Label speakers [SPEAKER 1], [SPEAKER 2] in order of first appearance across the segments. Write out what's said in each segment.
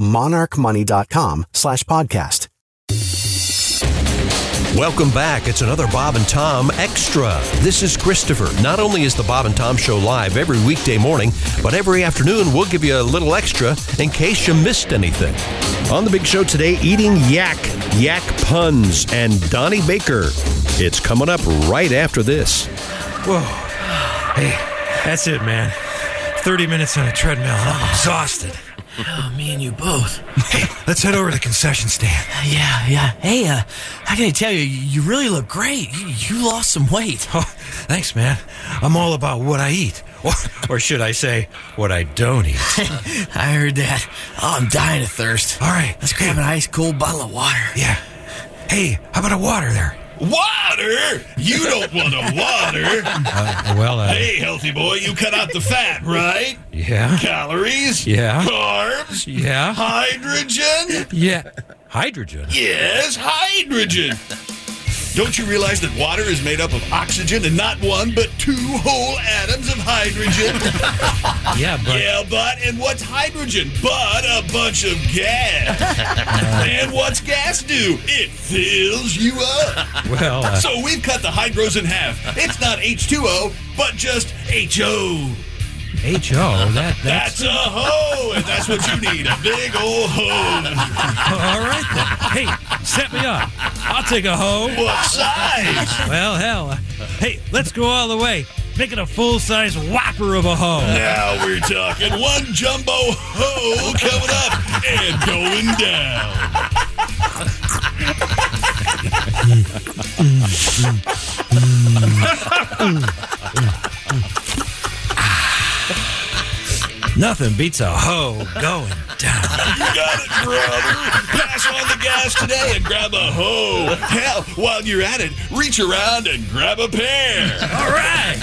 [SPEAKER 1] monarchmoney.com slash podcast.
[SPEAKER 2] Welcome back. It's another Bob and Tom Extra. This is Christopher. Not only is the Bob and Tom Show live every weekday morning, but every afternoon we'll give you a little extra in case you missed anything. On the big show today, eating yak, yak puns, and Donnie Baker. It's coming up right after this.
[SPEAKER 3] Whoa. Hey, that's it, man. 30 minutes on a treadmill. I'm exhausted.
[SPEAKER 4] Oh, me and you both.
[SPEAKER 3] Hey, let's head over to the concession stand.
[SPEAKER 4] Yeah, yeah. Hey, uh, I gotta tell you, you really look great. You, you lost some weight.
[SPEAKER 3] Oh, thanks, man. I'm all about what I eat. Or, or should I say, what I don't eat.
[SPEAKER 4] I heard that. Oh, I'm dying of thirst.
[SPEAKER 3] All right.
[SPEAKER 4] Let's grab an ice cold bottle of water.
[SPEAKER 3] Yeah. Hey, how about a water there?
[SPEAKER 5] Water? You don't want a water.
[SPEAKER 3] Uh, well, uh,
[SPEAKER 5] Hey, healthy boy, you cut out the fat, right?
[SPEAKER 3] yeah.
[SPEAKER 5] Calories?
[SPEAKER 3] Yeah.
[SPEAKER 5] Carbs?
[SPEAKER 3] Yeah.
[SPEAKER 5] Hydrogen?
[SPEAKER 3] Yeah. Hydrogen.
[SPEAKER 5] Yes, hydrogen. Don't you realize that water is made up of oxygen and not one, but two whole atoms of hydrogen?
[SPEAKER 3] Yeah, but.
[SPEAKER 5] yeah, but, and what's hydrogen? But a bunch of gas.
[SPEAKER 3] Uh.
[SPEAKER 5] and what's gas do? It fills you up.
[SPEAKER 3] Well, uh,
[SPEAKER 5] So we've cut the hydros in half. It's not H2O, but just HO.
[SPEAKER 3] H.O., that, that's.
[SPEAKER 5] That's a hoe, and that's what you need a big old hoe.
[SPEAKER 3] all right then. Hey, set me up. I'll take a hoe.
[SPEAKER 5] What size?
[SPEAKER 3] Well, hell. uh, Hey, let's go all the way. Make it a full size whopper of a hoe.
[SPEAKER 5] Now we're talking one jumbo hoe coming up and going down.
[SPEAKER 3] Nothing beats a hoe going down.
[SPEAKER 5] You got it, brother. Pass on the gas today and grab a hoe. Hell, while you're at it, reach around and grab a pair.
[SPEAKER 3] All right.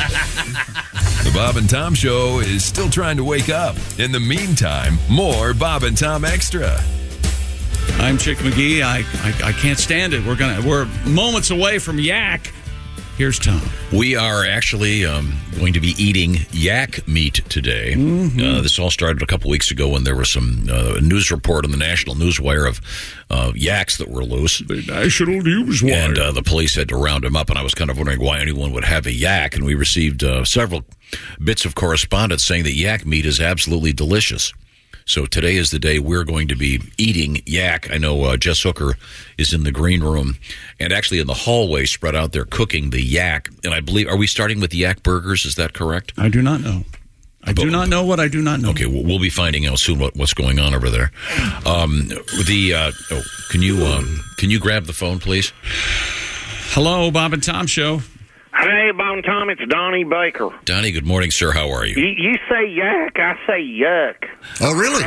[SPEAKER 6] The Bob and Tom Show is still trying to wake up. In the meantime, more Bob and Tom Extra.
[SPEAKER 7] I'm Chick McGee. I, I I can't stand it. We're gonna we're moments away from Yak. Here's Tom.
[SPEAKER 8] We are actually um, going to be eating yak meat today.
[SPEAKER 7] Mm-hmm.
[SPEAKER 8] Uh, this all started a couple weeks ago when there was some uh, news report on the national newswire of uh, yaks that were loose.
[SPEAKER 7] National News
[SPEAKER 8] And uh, the police had to round him up, and I was kind of wondering why anyone would have a yak. And we received uh, several bits of correspondence saying that yak meat is absolutely delicious. So today is the day we're going to be eating yak. I know uh, Jess Hooker is in the green room and actually in the hallway, spread out there cooking the yak. And I believe, are we starting with yak burgers? Is that correct?
[SPEAKER 7] I do not know. I do not know what I do not know.
[SPEAKER 8] Okay, we'll, we'll be finding out soon what, what's going on over there. Um, the uh, oh, can you um, can you grab the phone, please?
[SPEAKER 7] Hello, Bob and Tom Show.
[SPEAKER 9] Hey, Bon Tom, it's Donnie Baker.
[SPEAKER 8] Donnie, good morning, sir. How are you?
[SPEAKER 9] You, you say yuck, I say yuck.
[SPEAKER 5] Oh, really?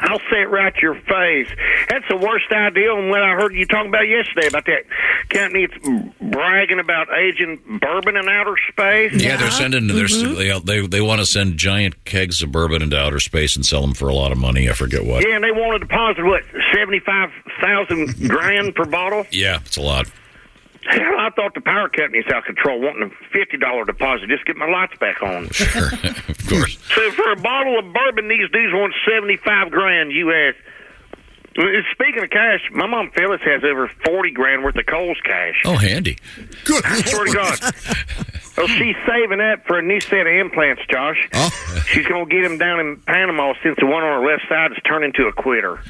[SPEAKER 9] I'll say it right to your face. That's the worst idea on what I heard you talking about yesterday about that company that's bragging about aging bourbon in outer space.
[SPEAKER 8] Yeah, they're sending. They're, they they they want to send giant kegs of bourbon into outer space and sell them for a lot of money. I forget what.
[SPEAKER 9] Yeah, and they want to deposit, what, 75000 grand per bottle?
[SPEAKER 8] Yeah, it's a lot.
[SPEAKER 9] Hell, I thought the power company's out of control wanting a $50 deposit just to get my lights back on.
[SPEAKER 8] Sure, of course.
[SPEAKER 9] So for a bottle of bourbon, these dudes want seventy-five grand U.S. Speaking of cash, my mom Phyllis has over forty grand worth of Coles cash.
[SPEAKER 8] Oh, handy.
[SPEAKER 5] Good.
[SPEAKER 9] I swear to God. Well, she's saving up for a new set of implants, Josh. She's going to get them down
[SPEAKER 8] Uh-huh.
[SPEAKER 9] in Panama since the one on her left side is turned into a quitter.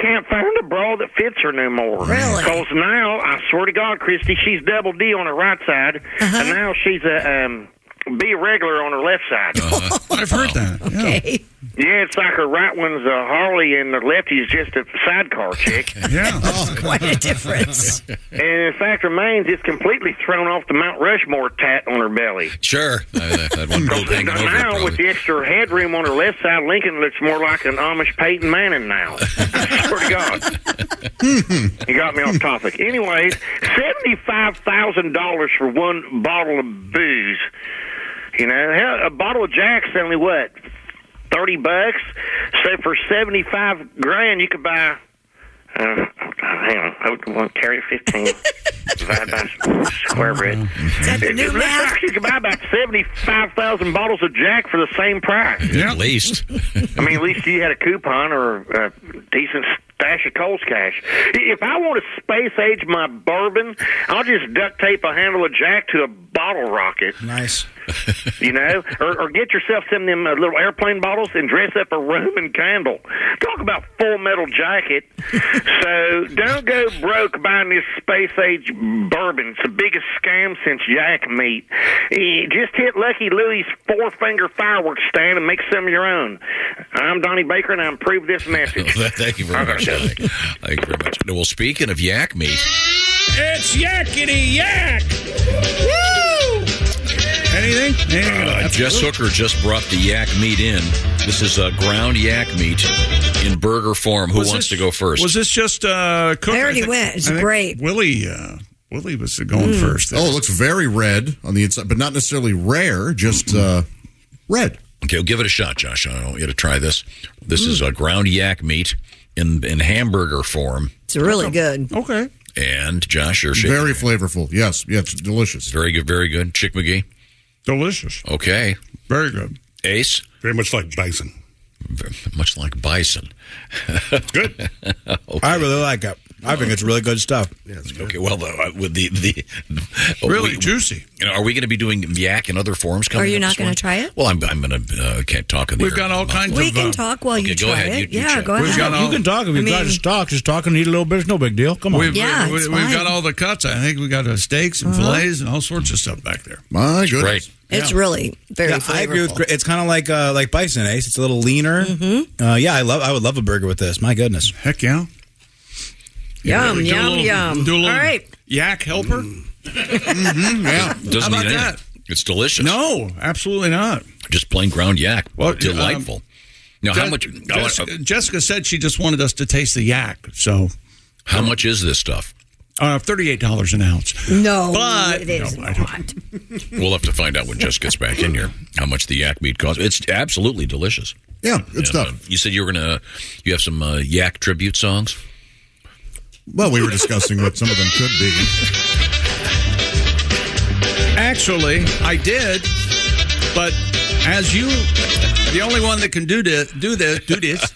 [SPEAKER 9] can't find a bra that fits her no more.
[SPEAKER 4] Really?
[SPEAKER 9] Because now, I swear to God, Christy, she's double D on her right side, and now she's a um, B regular on her left side.
[SPEAKER 7] I've heard that. yeah.
[SPEAKER 10] Okay.
[SPEAKER 9] Yeah, it's like her right one's a Harley and her lefty's just a sidecar chick.
[SPEAKER 7] Yeah.
[SPEAKER 10] Oh, Quite a difference.
[SPEAKER 9] and the fact remains, it's completely thrown off the Mount Rushmore tat on her belly.
[SPEAKER 8] Sure. Uh, that one gold hanging over it,
[SPEAKER 9] now, with
[SPEAKER 8] probably.
[SPEAKER 9] the extra headroom on her left side, Lincoln looks more like an Amish Peyton Manning now. I swear to God. you got me off topic. Anyways, $75,000 for one bottle of booze. You know, hell, a bottle of Jack's only what? 30 bucks? So for 75 grand, you could buy. Uh, hang on. I would want to carry 15. Divide by square root.
[SPEAKER 10] Is that the
[SPEAKER 9] It
[SPEAKER 10] new
[SPEAKER 9] looks
[SPEAKER 10] math?
[SPEAKER 9] like you could buy about 75,000 bottles of Jack for the same price.
[SPEAKER 8] At least.
[SPEAKER 9] I mean, at least you had a coupon or a decent stash of Coles cash. I- If I want to space age my bourbon, I'll just duct tape a handle of Jack to a bottle rocket,
[SPEAKER 4] Nice.
[SPEAKER 9] you know, or, or get yourself some of them uh, little airplane bottles and dress up a Roman candle. Talk about full metal jacket. so don't go broke buying this space age bourbon. It's the biggest scam since yak meat. Eh, Just hit Lucky Louie's four finger fireworks stand and make some of your own. I'm Donnie Baker, and I approve this message.
[SPEAKER 8] Thank you very much. Dominic. Thank you very much. Well, speaking of yak meat,
[SPEAKER 7] It's yakety yak. Woo! Anything? Anything
[SPEAKER 8] uh,
[SPEAKER 7] about
[SPEAKER 8] Jess Hooker just brought the yak meat in. This is uh, ground yak meat in burger form. Who
[SPEAKER 7] Was
[SPEAKER 8] wants
[SPEAKER 7] this-
[SPEAKER 8] to go first?
[SPEAKER 7] Was this just uh, Cooker?
[SPEAKER 10] I already
[SPEAKER 7] think-
[SPEAKER 10] went. It's
[SPEAKER 7] I think
[SPEAKER 10] great.
[SPEAKER 7] Willie, uh, Willie was going first.
[SPEAKER 11] Oh, it looks very red on the inside, but not necessarily rare, just uh, red.
[SPEAKER 8] Okay, well, give it a shot, Josh. I want you to try this. This is a ground yak meat in in hamburger form.
[SPEAKER 10] It's really good.
[SPEAKER 7] Okay.
[SPEAKER 8] And Josh, you're shaking.
[SPEAKER 11] Very flavorful. Yes, yeah, it's delicious.
[SPEAKER 8] very good, very good. Chick McGee.
[SPEAKER 7] Delicious.
[SPEAKER 8] Okay,
[SPEAKER 7] Very good.
[SPEAKER 8] Ace.
[SPEAKER 12] Very much like bison.
[SPEAKER 8] Very Much like bison.
[SPEAKER 12] Good.
[SPEAKER 13] I really like it. I think it's really good stuff.
[SPEAKER 8] Okay, well, though, uh, with the the uh,
[SPEAKER 7] Really
[SPEAKER 8] we-
[SPEAKER 7] juicy.
[SPEAKER 8] You know, are we going to be doing yak in other forms? Coming
[SPEAKER 10] Are you
[SPEAKER 8] up
[SPEAKER 10] not
[SPEAKER 8] this
[SPEAKER 10] gonna
[SPEAKER 8] morning?
[SPEAKER 10] try it?
[SPEAKER 8] Well, I'm. I'm going to. Uh, can't talk. In the
[SPEAKER 7] We've
[SPEAKER 8] air.
[SPEAKER 7] got all
[SPEAKER 8] I'm not-
[SPEAKER 7] kinds
[SPEAKER 10] We
[SPEAKER 7] of. uh,
[SPEAKER 10] can talk while
[SPEAKER 8] okay,
[SPEAKER 10] you
[SPEAKER 8] go
[SPEAKER 10] try
[SPEAKER 8] ahead. You-
[SPEAKER 10] it.
[SPEAKER 8] you
[SPEAKER 10] yeah,
[SPEAKER 8] check.
[SPEAKER 10] go
[SPEAKER 7] We've
[SPEAKER 10] ahead.
[SPEAKER 7] got all-
[SPEAKER 13] You can talk if
[SPEAKER 10] I
[SPEAKER 13] you got
[SPEAKER 10] mean-
[SPEAKER 13] to talk. Just talk and eat a little bit. It's no big deal. Come on.
[SPEAKER 7] We've,
[SPEAKER 10] Yeah,
[SPEAKER 7] we,
[SPEAKER 10] it's
[SPEAKER 7] we've
[SPEAKER 10] fine. Uh-huh.
[SPEAKER 7] got all the cuts. I think we got uh, steaks and fillets and all sorts of stuff back there.
[SPEAKER 11] My goodness.
[SPEAKER 8] Right.
[SPEAKER 10] It's really very
[SPEAKER 13] Yeah,
[SPEAKER 10] flavorful.
[SPEAKER 13] I agree with. Gre- It's kind of like uh, like bison ace. It's a little leaner. Mm-hmm. Uh, yeah, I love. I would love a burger with this. My goodness.
[SPEAKER 7] Heck yeah.
[SPEAKER 10] Yum,
[SPEAKER 7] Do a
[SPEAKER 10] yum,
[SPEAKER 7] little-
[SPEAKER 10] yum.
[SPEAKER 7] Do a little
[SPEAKER 10] All right.
[SPEAKER 7] yak helper?
[SPEAKER 13] Mm.
[SPEAKER 8] Doesn't
[SPEAKER 13] Mm-hmm,
[SPEAKER 7] How
[SPEAKER 8] need
[SPEAKER 7] about
[SPEAKER 8] anything. It's delicious.
[SPEAKER 7] No, absolutely not.
[SPEAKER 8] just plain ground yak.
[SPEAKER 7] Well, um,
[SPEAKER 8] delightful. now, how
[SPEAKER 7] Je-
[SPEAKER 8] much?
[SPEAKER 7] Jessica, Jessica said she just wanted us to taste the yak. So
[SPEAKER 8] how much is this stuff?
[SPEAKER 7] uh, $38 an ounce.
[SPEAKER 10] No,
[SPEAKER 7] But-
[SPEAKER 10] it is
[SPEAKER 7] No, I don't-
[SPEAKER 10] not.
[SPEAKER 8] We'll have to find out when Jess gets back in here how much the yak meat costs. It's absolutely delicious.
[SPEAKER 11] Yeah, good
[SPEAKER 8] And, uh,
[SPEAKER 11] stuff.
[SPEAKER 8] you said you were gonna. You have some uh, yak tribute songs.
[SPEAKER 11] Well, we were discussing what some of them could be.
[SPEAKER 7] Actually, I did, but as you, the only one that can do this, do this, do this,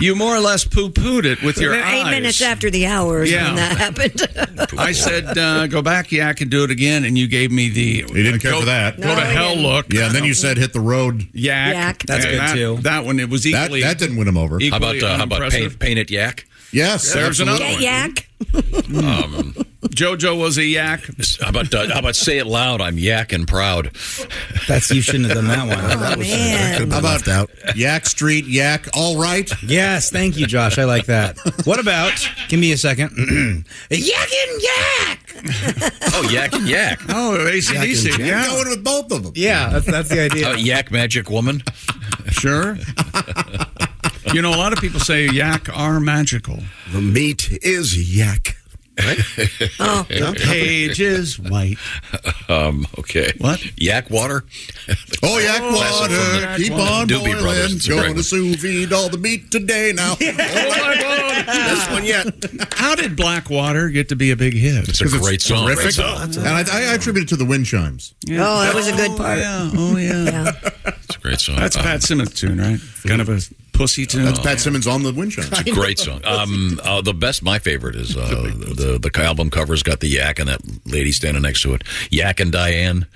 [SPEAKER 7] you more or less poo pooed it with your
[SPEAKER 10] We're
[SPEAKER 7] eyes.
[SPEAKER 10] eight minutes after the hour is
[SPEAKER 7] Yeah.
[SPEAKER 10] when that happened.
[SPEAKER 7] I said, uh, "Go back, yeah, I can do it again," and you gave me the.
[SPEAKER 11] He didn't care
[SPEAKER 7] go,
[SPEAKER 11] for that.
[SPEAKER 7] Go to
[SPEAKER 10] No, he
[SPEAKER 7] hell,
[SPEAKER 10] didn't.
[SPEAKER 7] look.
[SPEAKER 11] Yeah, and then you said hit the road.
[SPEAKER 7] yak.
[SPEAKER 10] Yak.
[SPEAKER 13] That's
[SPEAKER 7] And
[SPEAKER 13] good,
[SPEAKER 7] that,
[SPEAKER 13] too.
[SPEAKER 7] That one, it was
[SPEAKER 11] That
[SPEAKER 7] equally.
[SPEAKER 11] that didn't win him over.
[SPEAKER 8] How about
[SPEAKER 7] equally
[SPEAKER 8] uh, how about
[SPEAKER 7] unimpressive.
[SPEAKER 8] paint, paint it yak?
[SPEAKER 11] Yes,
[SPEAKER 7] There's another
[SPEAKER 11] absolutely.
[SPEAKER 10] Get yak.
[SPEAKER 7] Mm. JoJo was a yak.
[SPEAKER 8] Um, How about uh, how about say it loud? I'm yak and proud.
[SPEAKER 13] That's you shouldn't have done that one.
[SPEAKER 10] Oh,
[SPEAKER 13] That was- that could've
[SPEAKER 10] man.
[SPEAKER 13] been
[SPEAKER 11] How about
[SPEAKER 13] left out?
[SPEAKER 11] Yak Street Yak. All right.
[SPEAKER 13] Yes, thank you, Josh. I like that. What about? Give me a second. Yakkin' yak.
[SPEAKER 8] Oh, yak and yak. How
[SPEAKER 7] Oh, ACDC.
[SPEAKER 11] I'm
[SPEAKER 7] Yeah,
[SPEAKER 11] going with both of them.
[SPEAKER 13] Yeah, that's, that's the idea.
[SPEAKER 8] about Uh, yak magic woman?
[SPEAKER 7] sure. you know, a lot of people say yak are magical.
[SPEAKER 12] The meat is yak.
[SPEAKER 10] Oh,
[SPEAKER 7] Page is white.
[SPEAKER 8] Um, okay.
[SPEAKER 7] What?
[SPEAKER 8] Yak water?
[SPEAKER 11] Oh, yak
[SPEAKER 8] Classic from
[SPEAKER 11] water.
[SPEAKER 8] the-
[SPEAKER 11] Keep
[SPEAKER 8] Doobie
[SPEAKER 11] on boiling.
[SPEAKER 8] Brothers. It's a great
[SPEAKER 11] Going
[SPEAKER 8] one.
[SPEAKER 11] to sous vide all the meat today now.
[SPEAKER 12] This one yet.
[SPEAKER 7] How did Blackwater get to be a big hit?
[SPEAKER 8] It's a great song.
[SPEAKER 11] Terrific. And I, I attribute it to the wind chimes.
[SPEAKER 10] Oh, that was a good part.
[SPEAKER 7] Yeah. Oh, yeah.
[SPEAKER 10] Yeah.
[SPEAKER 8] It's a great song. Oh,
[SPEAKER 7] That's a
[SPEAKER 8] Um,
[SPEAKER 7] Pat Simmons tune, right? Kind of a Pussy tune.
[SPEAKER 11] That's Pat Simmons on the wind chime.
[SPEAKER 8] It's a great song. Um, uh, the best, my favorite is uh, the the album cover's got the yak and that lady standing next to it. Yak and Diane.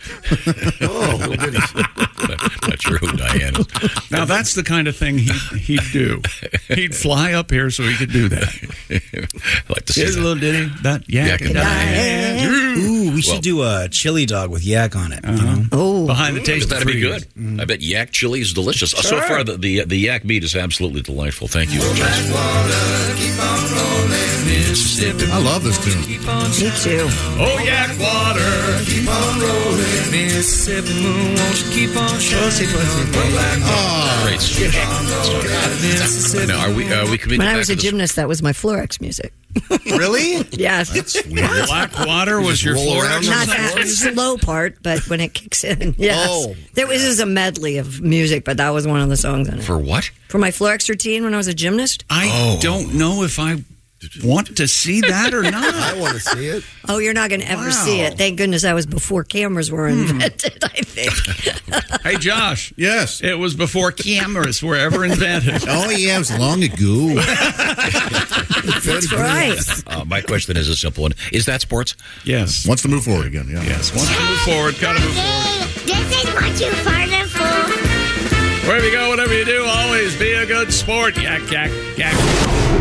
[SPEAKER 7] Oh,
[SPEAKER 8] Not sure who Diane is.
[SPEAKER 7] Now that's the kind of thing he'd, he'd do. He'd fly up here so he could do that.
[SPEAKER 8] like
[SPEAKER 13] to see
[SPEAKER 7] Here's a
[SPEAKER 13] that.
[SPEAKER 7] little ditty. That yak,
[SPEAKER 13] Yak and
[SPEAKER 7] Diane.
[SPEAKER 13] Ooh, we should do a chili dog with yak on it.
[SPEAKER 11] Uh-huh.
[SPEAKER 13] You know?
[SPEAKER 10] Oh,
[SPEAKER 7] behind
[SPEAKER 8] the taste, that'd be good. I bet yak chili is delicious. Uh, So
[SPEAKER 13] Sure.
[SPEAKER 8] far, the, the the yak meat is absolutely delightful. Thank you. Mississippi.
[SPEAKER 11] I love this tune.
[SPEAKER 10] Me too.
[SPEAKER 7] Oh, yak water.
[SPEAKER 10] Keep on rolling.
[SPEAKER 14] Mississippi moon, won't you keep on shining? Pussy, pussy,
[SPEAKER 8] Great. Now, are we are we committed
[SPEAKER 10] When I
[SPEAKER 8] back
[SPEAKER 10] was
[SPEAKER 8] to
[SPEAKER 10] a
[SPEAKER 8] the-
[SPEAKER 10] gymnast, that was my floor X music.
[SPEAKER 11] really?
[SPEAKER 10] yes.
[SPEAKER 7] Black water was your
[SPEAKER 10] Not
[SPEAKER 7] floor
[SPEAKER 10] that slow part, but when it kicks in, yes.
[SPEAKER 8] Oh.
[SPEAKER 10] there was, this is a medley of music, but that was one of the songs on it.
[SPEAKER 8] for what?
[SPEAKER 10] For my floor X routine when I was a gymnast.
[SPEAKER 7] I
[SPEAKER 8] Oh.
[SPEAKER 7] don't know if I want to see that or not.
[SPEAKER 10] I
[SPEAKER 7] want to see it.
[SPEAKER 10] Oh, you're not going to ever see it. Thank goodness that was before cameras were
[SPEAKER 7] Hmm.
[SPEAKER 10] invented. I think.
[SPEAKER 7] Hey, Josh. yes. It was before cameras were ever invented.
[SPEAKER 11] Oh, yeah, it was long ago.
[SPEAKER 10] That's right.
[SPEAKER 8] Uh, my question is a simple one. Is that sports?
[SPEAKER 7] Yes.
[SPEAKER 11] Wants to move forward again. Yeah.
[SPEAKER 7] Yes. Wants to move forward. Gotta move forward.
[SPEAKER 14] This is what you farted for.
[SPEAKER 7] Wherever you go, whatever you do, always be a good sport. Yak, yak, yak.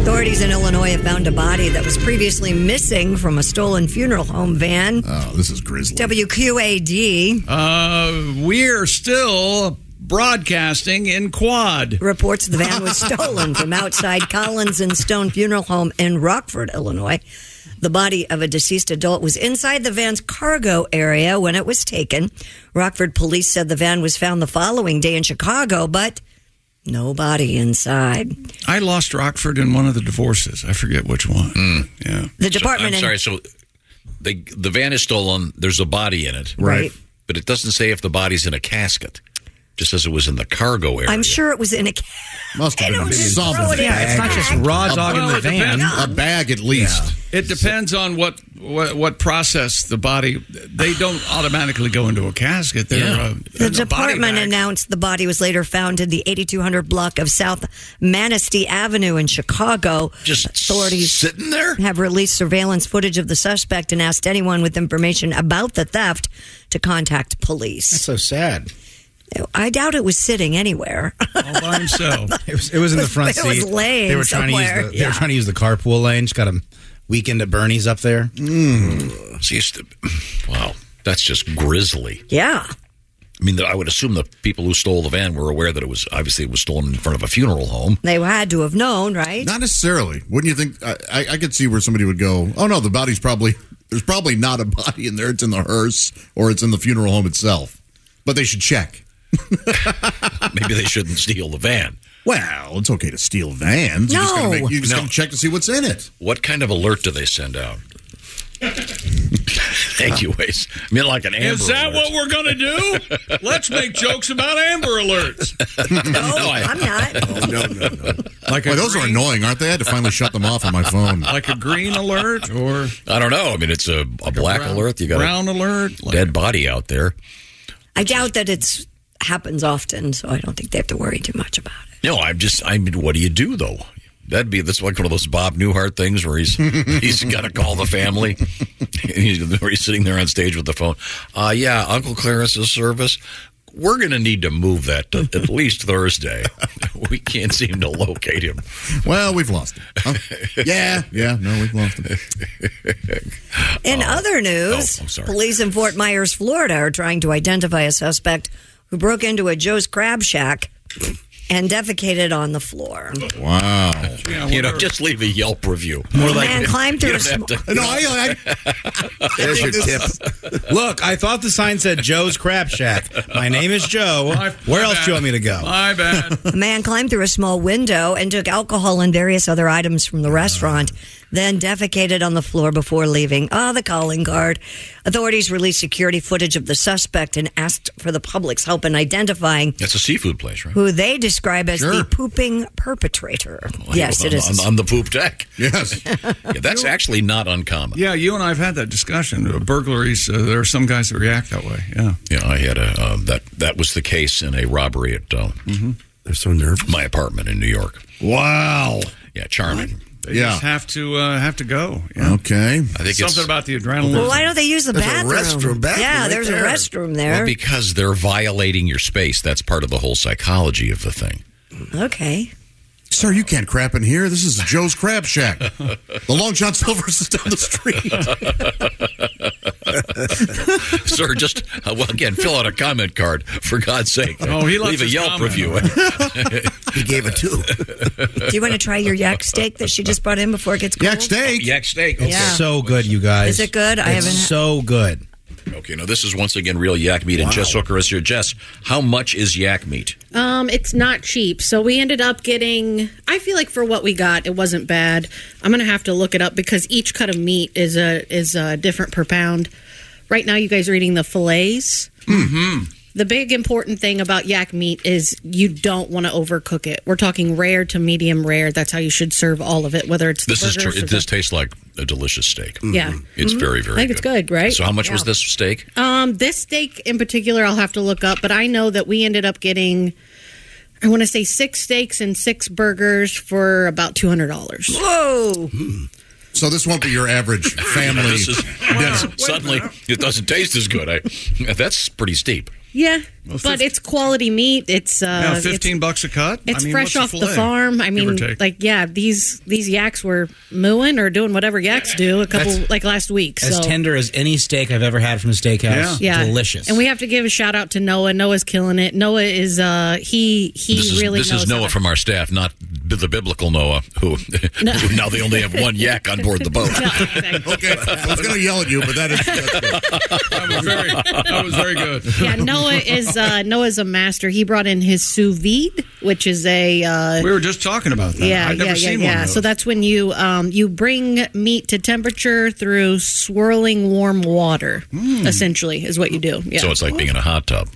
[SPEAKER 10] Authorities in Illinois have found a body that was previously missing from a stolen funeral home van.
[SPEAKER 11] Oh, this is grisly.
[SPEAKER 10] WQAD
[SPEAKER 7] Uh, we're still broadcasting in quad.
[SPEAKER 10] Reports the van was stolen from outside Collins and Stone Funeral Home in Rockford, Illinois. The body of a deceased adult was inside the van's cargo area when it was taken. Rockford police said the van was found the following day in Chicago, but no body inside.
[SPEAKER 7] I lost Rockford in one of the divorces. I forget which one. Yeah.
[SPEAKER 10] The department
[SPEAKER 8] So, I'm sorry.
[SPEAKER 10] in-
[SPEAKER 8] So the the van is stolen. There's a body in it,
[SPEAKER 10] Right.
[SPEAKER 8] But it doesn't say if the body's in a casket. Just says it was in the cargo area.
[SPEAKER 10] I'm sure it was in a.
[SPEAKER 11] Must
[SPEAKER 10] have been something.
[SPEAKER 8] Yeah, it's not just raw dog in the van.
[SPEAKER 11] A bag at least.
[SPEAKER 7] It depends on what, what what process the body. They don't automatically go into a casket. They're uh,
[SPEAKER 10] The
[SPEAKER 7] in a body
[SPEAKER 10] department
[SPEAKER 7] bag.
[SPEAKER 10] announced the body was later found in the 8200 block of South Manistee Avenue in Chicago.
[SPEAKER 8] Just
[SPEAKER 10] authorities
[SPEAKER 8] sitting there
[SPEAKER 10] have released surveillance footage of the suspect and asked anyone with information about the theft to contact police. That's so sad. I doubt it was sitting anywhere.
[SPEAKER 7] all by himself.
[SPEAKER 13] It was, it was in the front
[SPEAKER 10] It
[SPEAKER 13] seat.
[SPEAKER 10] was laying
[SPEAKER 13] they were trying to
[SPEAKER 10] somewhere.
[SPEAKER 13] use the, they were trying to use the carpool lane. Just got a weekend at Bernie's up there.
[SPEAKER 11] Mm.
[SPEAKER 8] See, it's the- wow, that's just grisly.
[SPEAKER 10] Yeah.
[SPEAKER 8] I mean, I would assume the people who stole the van were aware that it was obviously it was stolen in front of a funeral home.
[SPEAKER 10] They had to have known, right?
[SPEAKER 11] Not necessarily. Wouldn't you think? I, I, I could see where somebody would go, oh, no, the body's probably, there's probably not a body in there. It's in the hearse or it's in the funeral home itself. But they should check.
[SPEAKER 8] Maybe they shouldn't steal the van.
[SPEAKER 11] Well, it's okay to steal vans. You just gotta make- you just gotta check to see what's in it.
[SPEAKER 8] What kind of alert do they send out? Thank you, Waze. I mean, like an amber.
[SPEAKER 15] Is that what we're going to do? Let's make jokes about Amber Alerts.
[SPEAKER 8] No, I- I'm
[SPEAKER 11] not. Oh, no, no, no.
[SPEAKER 8] Like
[SPEAKER 11] Boy,
[SPEAKER 8] a
[SPEAKER 11] those are
[SPEAKER 8] green-
[SPEAKER 11] annoying, aren't they? I had to finally shut them off on my phone.
[SPEAKER 7] Like a green alert or
[SPEAKER 8] I don't know. I mean, it's a, a black
[SPEAKER 7] brown-
[SPEAKER 8] alert. You got
[SPEAKER 7] brown
[SPEAKER 8] a
[SPEAKER 7] alert.
[SPEAKER 8] dead body out there.
[SPEAKER 10] I doubt that it's happens often, so I don't think they have to worry too much about it.
[SPEAKER 8] No, I'm just. I mean, what do you do though? That'd be that's like one of those Bob Newhart things where he's he's got to call the family. he's, where he's sitting there on stage with the phone. Uh, yeah, Uncle Clarence's service. We're going to need to move that to at least Thursday. we can't seem to locate him.
[SPEAKER 11] Well, we've lost them. Huh? yeah, yeah, no, we've lost them.
[SPEAKER 10] In other
[SPEAKER 11] oh, I'm
[SPEAKER 10] news,
[SPEAKER 11] sorry.
[SPEAKER 10] police in Fort Myers, Florida are trying to identify a suspect who broke into a Joe's Crab Shack and defecated on the floor.
[SPEAKER 11] Wow.
[SPEAKER 8] you know, just leave a Yelp review.
[SPEAKER 10] More like- Man climbed through
[SPEAKER 8] You don't
[SPEAKER 10] a
[SPEAKER 8] have
[SPEAKER 10] sm- No, I-
[SPEAKER 13] There's your tip. Look, I thought the sign said Joe's Crab Shack. My name is Joe. Where else do you want me to go?
[SPEAKER 7] My bad.
[SPEAKER 10] A man climbed through a small window and took alcohol and various other items from
[SPEAKER 11] Uh.
[SPEAKER 10] the restaurant, then defecated on the floor before leaving. Ah, the calling card. Authorities released security footage of the suspect and asked for the public's help in identifying
[SPEAKER 8] That's a seafood place, right?
[SPEAKER 10] who they describe as
[SPEAKER 8] Sure.
[SPEAKER 10] the pooping perpetrator. yes, it is.
[SPEAKER 8] on, on the poop deck.
[SPEAKER 11] Yes,
[SPEAKER 8] yeah, that's actually not uncommon.
[SPEAKER 7] Yeah, you and I have had that discussion. Uh, Burglaries, uh, there are some guys that react that way. Yeah.
[SPEAKER 8] Yeah, I had a uh, that that was the case in a robbery at uh,
[SPEAKER 12] they're so nervous.
[SPEAKER 8] My apartment in New York.
[SPEAKER 11] Wow.
[SPEAKER 8] Yeah, charming.
[SPEAKER 7] They just have to uh, have to go.
[SPEAKER 11] Okay.
[SPEAKER 8] I think
[SPEAKER 7] Something
[SPEAKER 8] it's,
[SPEAKER 7] about the adrenaline.
[SPEAKER 10] Well, why don't they use the
[SPEAKER 7] There's a
[SPEAKER 10] bathroom?
[SPEAKER 7] restroom bathroom
[SPEAKER 10] Yeah,
[SPEAKER 7] right
[SPEAKER 10] there's
[SPEAKER 7] there.
[SPEAKER 10] a restroom
[SPEAKER 8] Well,
[SPEAKER 10] there.
[SPEAKER 8] because they're violating your space. That's part of the whole psychology of the thing.
[SPEAKER 10] okay.
[SPEAKER 11] Sir, you can't crap in here. This is Joe's Crab Shack. the Long John Silver's is down the street.
[SPEAKER 8] Sir, just uh, well again, fill out a comment card for God's sake.
[SPEAKER 11] Oh, he left
[SPEAKER 8] leave a
[SPEAKER 11] his
[SPEAKER 8] Yelp
[SPEAKER 11] comment.
[SPEAKER 8] review. he gave a two.
[SPEAKER 10] Do you want to try your yak steak that she just brought in before it gets cold?
[SPEAKER 8] Yak steak? Yak steak.
[SPEAKER 10] Yeah.
[SPEAKER 8] Okay.
[SPEAKER 13] So good, you guys.
[SPEAKER 10] Is it good? I
[SPEAKER 13] It's
[SPEAKER 10] haven't-
[SPEAKER 13] So good.
[SPEAKER 8] Okay, now this is once again real yak meat, and Jess Hooker is here. Jess, how much is yak meat?
[SPEAKER 16] Um, it's not cheap, so we ended up getting. I feel like for what we got, it wasn't bad. I'm gonna have to look it up because each cut of meat is a is a different per pound. Right now, you guys are eating the fillets.
[SPEAKER 14] Mm-hmm.
[SPEAKER 16] The big important thing about yak meat is you don't want to overcook it. We're talking rare to medium rare. That's how you should serve all of it, whether it's the
[SPEAKER 8] This is true.
[SPEAKER 16] burgers or
[SPEAKER 8] It,
[SPEAKER 16] the-
[SPEAKER 8] this tastes like a delicious steak.
[SPEAKER 16] Yeah.
[SPEAKER 8] it's
[SPEAKER 16] Mhm.
[SPEAKER 8] very, very.
[SPEAKER 16] I think it's good, right?
[SPEAKER 8] So, how much was
[SPEAKER 16] Yeah.
[SPEAKER 8] this steak?
[SPEAKER 16] Um, this steak in particular, I'll have to look up, but I know that we ended up getting, I want to say six steaks and six burgers for about two hundred dollars.
[SPEAKER 10] Whoa!
[SPEAKER 11] so this won't be your average family.
[SPEAKER 8] This is- suddenly, it doesn't taste as good. I, that's pretty steep.
[SPEAKER 16] Yeah,
[SPEAKER 8] Well, fif-
[SPEAKER 16] but it's quality meat. It's uh,
[SPEAKER 7] Yeah,
[SPEAKER 16] it's-
[SPEAKER 7] fifteen bucks a cut.
[SPEAKER 16] It's,
[SPEAKER 7] I mean,
[SPEAKER 16] fresh off
[SPEAKER 7] what's
[SPEAKER 16] the
[SPEAKER 7] fillet,
[SPEAKER 16] farm. I
[SPEAKER 7] give or
[SPEAKER 16] mean,
[SPEAKER 7] take?
[SPEAKER 16] like yeah, these these yaks were mooing or doing whatever yaks do a couple
[SPEAKER 13] That's-
[SPEAKER 16] like last week.
[SPEAKER 13] As
[SPEAKER 16] so
[SPEAKER 13] tender as any steak I've ever had from a steakhouse.
[SPEAKER 16] Yeah.
[SPEAKER 13] Delicious.
[SPEAKER 16] And we have to give a shout out to Noah. Noah's killing it. Noah is uh he he
[SPEAKER 8] this is,
[SPEAKER 16] really
[SPEAKER 8] this
[SPEAKER 16] knows
[SPEAKER 8] is
[SPEAKER 16] how
[SPEAKER 8] Noah
[SPEAKER 16] to-
[SPEAKER 8] from our staff, not b- the biblical Noah, who,
[SPEAKER 16] No.
[SPEAKER 8] who now they only have one yak on board the boat.
[SPEAKER 11] okay, I was going to yell at you, but that is. that, was very,
[SPEAKER 7] that was very good.
[SPEAKER 16] yeah, Noah is uh, Noah's a master. He brought in his sous vide, which is a uh,
[SPEAKER 7] We were just talking about that.
[SPEAKER 16] yeah,
[SPEAKER 7] I've never
[SPEAKER 16] yeah, yeah,
[SPEAKER 7] seen
[SPEAKER 16] yeah.
[SPEAKER 7] one. Of those.
[SPEAKER 16] So that's when you um, you bring meat to temperature through swirling warm water. Essentially, is what you do. Yeah.
[SPEAKER 8] Hmm. So it's like being in a Mm-hmm. hot tub.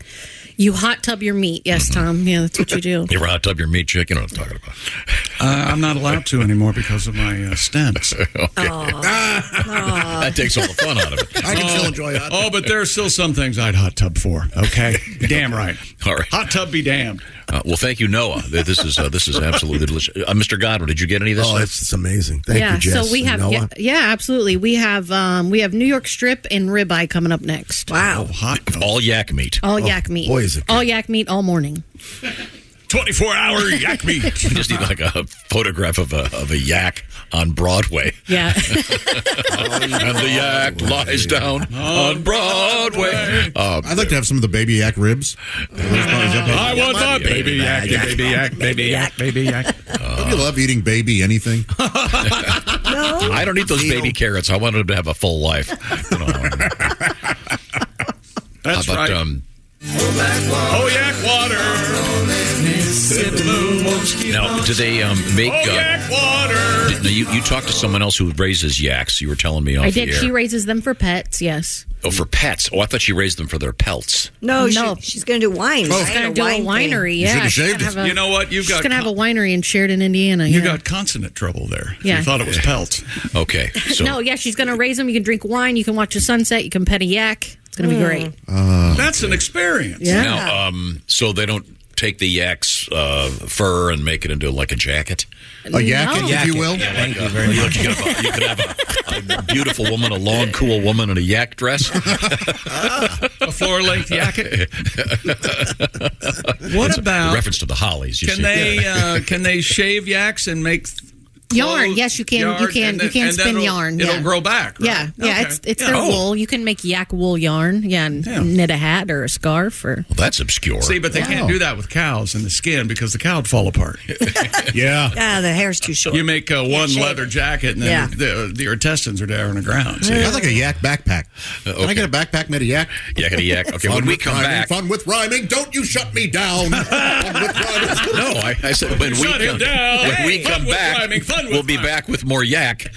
[SPEAKER 16] you hot tub your meat. Yes, Tom. Yeah, that's what you do.
[SPEAKER 8] You ever hot tub your meat chicken? You know what I'm talking about.
[SPEAKER 7] uh, I'm not allowed to anymore because of my uh, stents.
[SPEAKER 8] That takes all the fun out of it.
[SPEAKER 7] I can still enjoy hot Oh, but there are still some things I'd hot tub for. Okay, damn right.
[SPEAKER 8] All right.
[SPEAKER 7] Hot tub be damned.
[SPEAKER 8] Uh, well, thank you, Noah. Th- This is uh, this is absolutely delicious. Uh, Mr. Godwin, did you get any of this? Oh, it's,
[SPEAKER 12] amazing.
[SPEAKER 16] yeah, so we have yeah, yeah, absolutely. We have um, we have New York strip and ribeye coming up next.
[SPEAKER 10] Wow.
[SPEAKER 8] hot. All yak meat.
[SPEAKER 11] Oh,
[SPEAKER 16] All yak meat. all yak meat all morning.
[SPEAKER 8] 24 hour yak meat. we just need like a photograph of a, of a yak on Broadway.
[SPEAKER 16] Yeah.
[SPEAKER 8] and the yak lies down on Broadway.
[SPEAKER 11] I'd like to have some of the baby yak ribs.
[SPEAKER 8] I
[SPEAKER 11] want
[SPEAKER 8] that baby yak, baby yak, baby yak,
[SPEAKER 7] baby yak.
[SPEAKER 11] Don't you love eating baby anything?
[SPEAKER 8] I don't need those baby carrots. I want them to have a full life. You know, That's How about,
[SPEAKER 7] right.
[SPEAKER 8] Um,
[SPEAKER 15] Oh, yak water.
[SPEAKER 8] Now, do they um, make?
[SPEAKER 15] Oh,
[SPEAKER 8] uh,
[SPEAKER 15] yak water.
[SPEAKER 8] Now, you, you talked to someone else who raises yaks. You were telling me off
[SPEAKER 16] I did.
[SPEAKER 8] the air.
[SPEAKER 16] She raises them for pets. Yes.
[SPEAKER 8] oh, for pets. Oh, I thought she raised them for their pelts.
[SPEAKER 10] No, no. she's going to do wine.
[SPEAKER 16] She's
[SPEAKER 10] right?
[SPEAKER 16] going to do a
[SPEAKER 10] thing.
[SPEAKER 16] winery.
[SPEAKER 8] You
[SPEAKER 16] yeah.
[SPEAKER 8] should've
[SPEAKER 16] she's gonna
[SPEAKER 8] shaved it.
[SPEAKER 16] have a-
[SPEAKER 15] You know what? You've
[SPEAKER 16] she's
[SPEAKER 15] got
[SPEAKER 16] going to have a winery in Sheridan, Indiana.
[SPEAKER 15] You
[SPEAKER 16] yeah.
[SPEAKER 15] got consonant trouble there.
[SPEAKER 16] Yeah.
[SPEAKER 15] You thought it was pelt.
[SPEAKER 8] Okay.
[SPEAKER 16] no, yeah, she's going to raise them. You can drink wine. You can watch the sunset. You can pet a yak. It's going to
[SPEAKER 10] Hmm.
[SPEAKER 16] be
[SPEAKER 15] Mm.
[SPEAKER 16] great.
[SPEAKER 7] uh,
[SPEAKER 16] Uh,
[SPEAKER 15] That's an experience.
[SPEAKER 16] Yeah.
[SPEAKER 8] Now, um, so they don't take the yak's uh, fur and make it into like a jacket.
[SPEAKER 16] A yakket, No. if you will.
[SPEAKER 8] Yeah, like a- like you could have a- you could have a, a beautiful woman, a long, cool woman in a yak dress.
[SPEAKER 15] A floor length jacket.
[SPEAKER 8] what
[SPEAKER 15] What about-
[SPEAKER 8] reference to the Hollies? You
[SPEAKER 15] Can
[SPEAKER 8] see.
[SPEAKER 15] they
[SPEAKER 8] Yeah.
[SPEAKER 15] uh, can they shave yaks and make
[SPEAKER 16] Yarn, yes, you can.
[SPEAKER 15] yarn
[SPEAKER 16] you can.
[SPEAKER 15] and
[SPEAKER 16] you
[SPEAKER 15] then-
[SPEAKER 16] can
[SPEAKER 15] and
[SPEAKER 16] spin
[SPEAKER 15] that'll-
[SPEAKER 16] yarn.
[SPEAKER 15] it'll
[SPEAKER 16] yeah.
[SPEAKER 15] grow back, right?
[SPEAKER 16] Yeah, yeah.
[SPEAKER 15] Okay.
[SPEAKER 16] It's it's
[SPEAKER 15] Yeah.
[SPEAKER 16] their
[SPEAKER 15] Oh.
[SPEAKER 16] wool. You can make yak wool yarn. Yeah, and knit a hat or a scarf or.
[SPEAKER 8] that's obscure.
[SPEAKER 15] See, but they can't do that with cows and the skin because the cow would fall apart. yeah.
[SPEAKER 10] Ah, the hair's too short.
[SPEAKER 15] You make uh, one leather jacket and then
[SPEAKER 10] Yeah.
[SPEAKER 15] the, the, your intestines are down on the ground.
[SPEAKER 11] I like a yak backpack. Can I
[SPEAKER 15] okay.
[SPEAKER 11] get a backpack made of yak?
[SPEAKER 8] Uh, Yak and a yak. Okay, when we
[SPEAKER 11] with
[SPEAKER 8] come
[SPEAKER 11] rhyming,
[SPEAKER 8] back-
[SPEAKER 11] Fun with rhyming. Don't you shut me down.
[SPEAKER 8] no, I, I said when we
[SPEAKER 11] Shut him
[SPEAKER 8] come,
[SPEAKER 11] down.
[SPEAKER 8] when we
[SPEAKER 11] Hey,
[SPEAKER 8] come
[SPEAKER 11] fun with
[SPEAKER 8] back,
[SPEAKER 11] rhyming, fun with
[SPEAKER 8] we'll be back with more yak.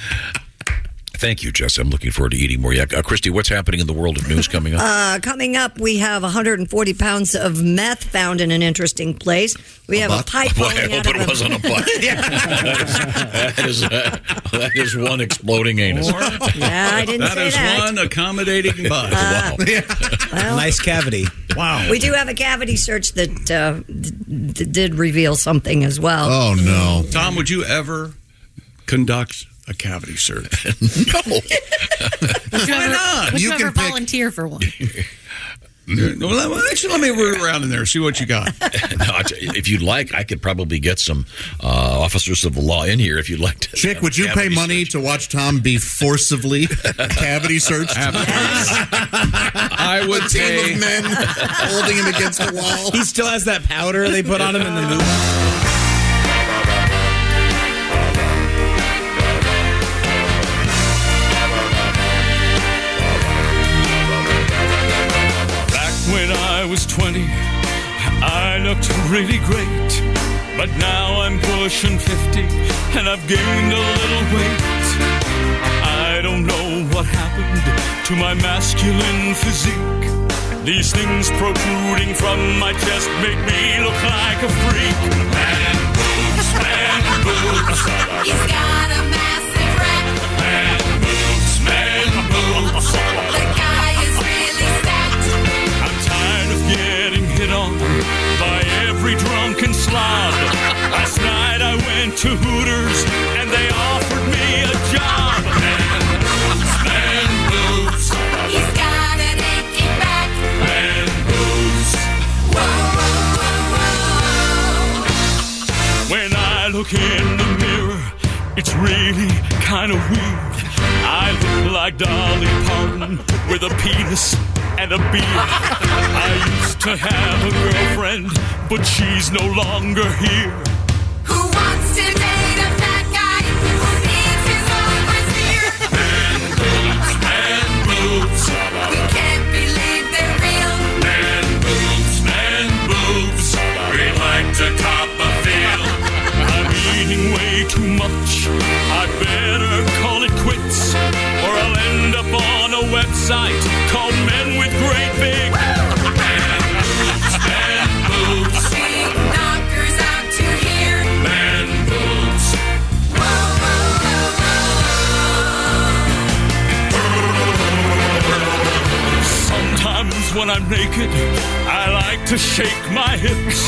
[SPEAKER 8] Thank you, Jess. I'm looking forward to eating more yak. Uh, Christy, what's happening in the world of news coming up?
[SPEAKER 10] Uh, coming up, we have 140 pounds of meth found in an interesting place. We have a
[SPEAKER 8] butt?
[SPEAKER 10] pipe.
[SPEAKER 8] Boy, I
[SPEAKER 10] falling
[SPEAKER 8] hope
[SPEAKER 10] out of
[SPEAKER 8] it wasn't a butt. that, is, uh, that is one exploding anus.
[SPEAKER 10] yeah, I didn't
[SPEAKER 15] That
[SPEAKER 10] say
[SPEAKER 15] is
[SPEAKER 10] that.
[SPEAKER 15] one accommodating butt.
[SPEAKER 10] Uh,
[SPEAKER 13] nice cavity.
[SPEAKER 15] Wow.
[SPEAKER 10] We do have a cavity search that uh, d- d- did reveal something as well.
[SPEAKER 7] Oh,
[SPEAKER 11] no.
[SPEAKER 15] Tom, would you ever conduct a cavity search?
[SPEAKER 8] no.
[SPEAKER 16] Would you
[SPEAKER 15] Why
[SPEAKER 16] ever-
[SPEAKER 15] not?
[SPEAKER 16] Would you,
[SPEAKER 15] You
[SPEAKER 16] ever
[SPEAKER 15] can pick-
[SPEAKER 16] volunteer for one?
[SPEAKER 15] Well, let- actually, let me root around in there, see what you got.
[SPEAKER 8] No, I tell you, if you'd like, I could probably get some uh, officers of the law in here if you'd like to.
[SPEAKER 11] Chick, would you pay
[SPEAKER 8] Cavity
[SPEAKER 11] money to watch Tom be forcibly cavity searched?
[SPEAKER 15] I would
[SPEAKER 11] A team
[SPEAKER 13] pay-
[SPEAKER 11] of men holding him against the wall.
[SPEAKER 13] He still has that powder they put on him in the movie.
[SPEAKER 14] Back when I was 20, I looked really great. But now I'm pushing 50 and I've gained a little weight. I don't know what happened to my masculine physique. These things protruding from my chest make me look like a freak. Man boobs, man boobs. He's got a massive rack. Man boobs, man boobs. The guy is really stacked. I'm tired of getting hit on by every drunken slob. Last night I went to Hooters and they offered me a job. Man boobs, man boobs. He's got an aching back. Man boobs. Whoa, whoa, whoa, whoa. When I look in the mirror, it's really kind of weird. I look like Dolly Parton with a penis and a beard. I used to have a girlfriend, but she's no longer here.
[SPEAKER 17] Who wants to date a fat guy who needs his own brassiere? Man boobs, man boobs. We can't believe they're real. Man boobs, man boobs. We like to cop a feel. I'm eating way too much. I better call it quits, or I'll end up on a website called Men with Great Big. Man boobs, man boobs. Big knockers out to here. Man boobs. Whoa, whoa, whoa, whoa. Sometimes when I'm naked, I like to shake my hips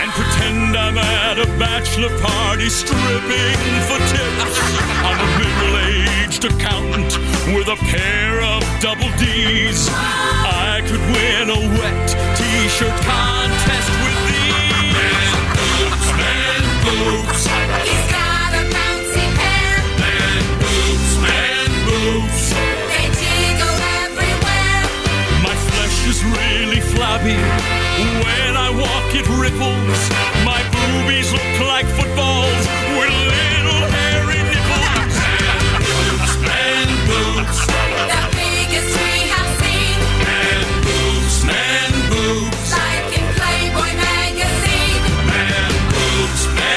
[SPEAKER 17] and pretend I'm at a bachelor party stripping for tips. I'm a middle-aged accountant with a pair of double D's. I could win a wet t-shirt contest with these. Man boobs, man boobs. He's got a bouncy pair. Man boobs, man boobs. They jiggle everywhere. My flesh is really flabby. When I walk, it ripples. My boobies look like footballs with little hairy nipples. Man boobs, man boobs. The biggest we have seen. Man boobs, man boobs. Like in Playboy magazine. Man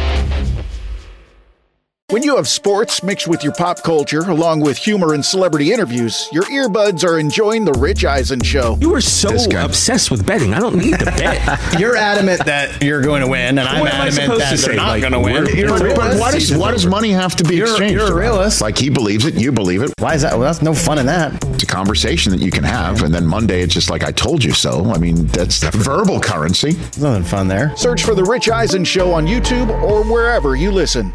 [SPEAKER 18] When you have sports mixed with your pop culture, along with humor and celebrity interviews, your earbuds are enjoying The Rich Eisen Show.
[SPEAKER 10] You are so obsessed with betting. I don't need to bet.
[SPEAKER 11] You're adamant that you're going to win, and I'm
[SPEAKER 10] What am I
[SPEAKER 11] adamant
[SPEAKER 10] supposed
[SPEAKER 11] that
[SPEAKER 10] to
[SPEAKER 11] they're
[SPEAKER 10] say?
[SPEAKER 11] not
[SPEAKER 10] Like,
[SPEAKER 11] going to win.
[SPEAKER 10] we're- You're a
[SPEAKER 11] But- but
[SPEAKER 10] realist.
[SPEAKER 11] what is-
[SPEAKER 10] Season's
[SPEAKER 11] what is
[SPEAKER 10] over.
[SPEAKER 11] money have to be You're- exchanged? you're a for? realist. Like he believes it, you believe it. Why is that? Well, that's no fun in that. It's a conversation that you can have, and then Monday it's just like I told you so. I mean, that's verbal currency. There's nothing fun there.
[SPEAKER 18] Search for The Rich Eisen Show on YouTube or wherever you listen.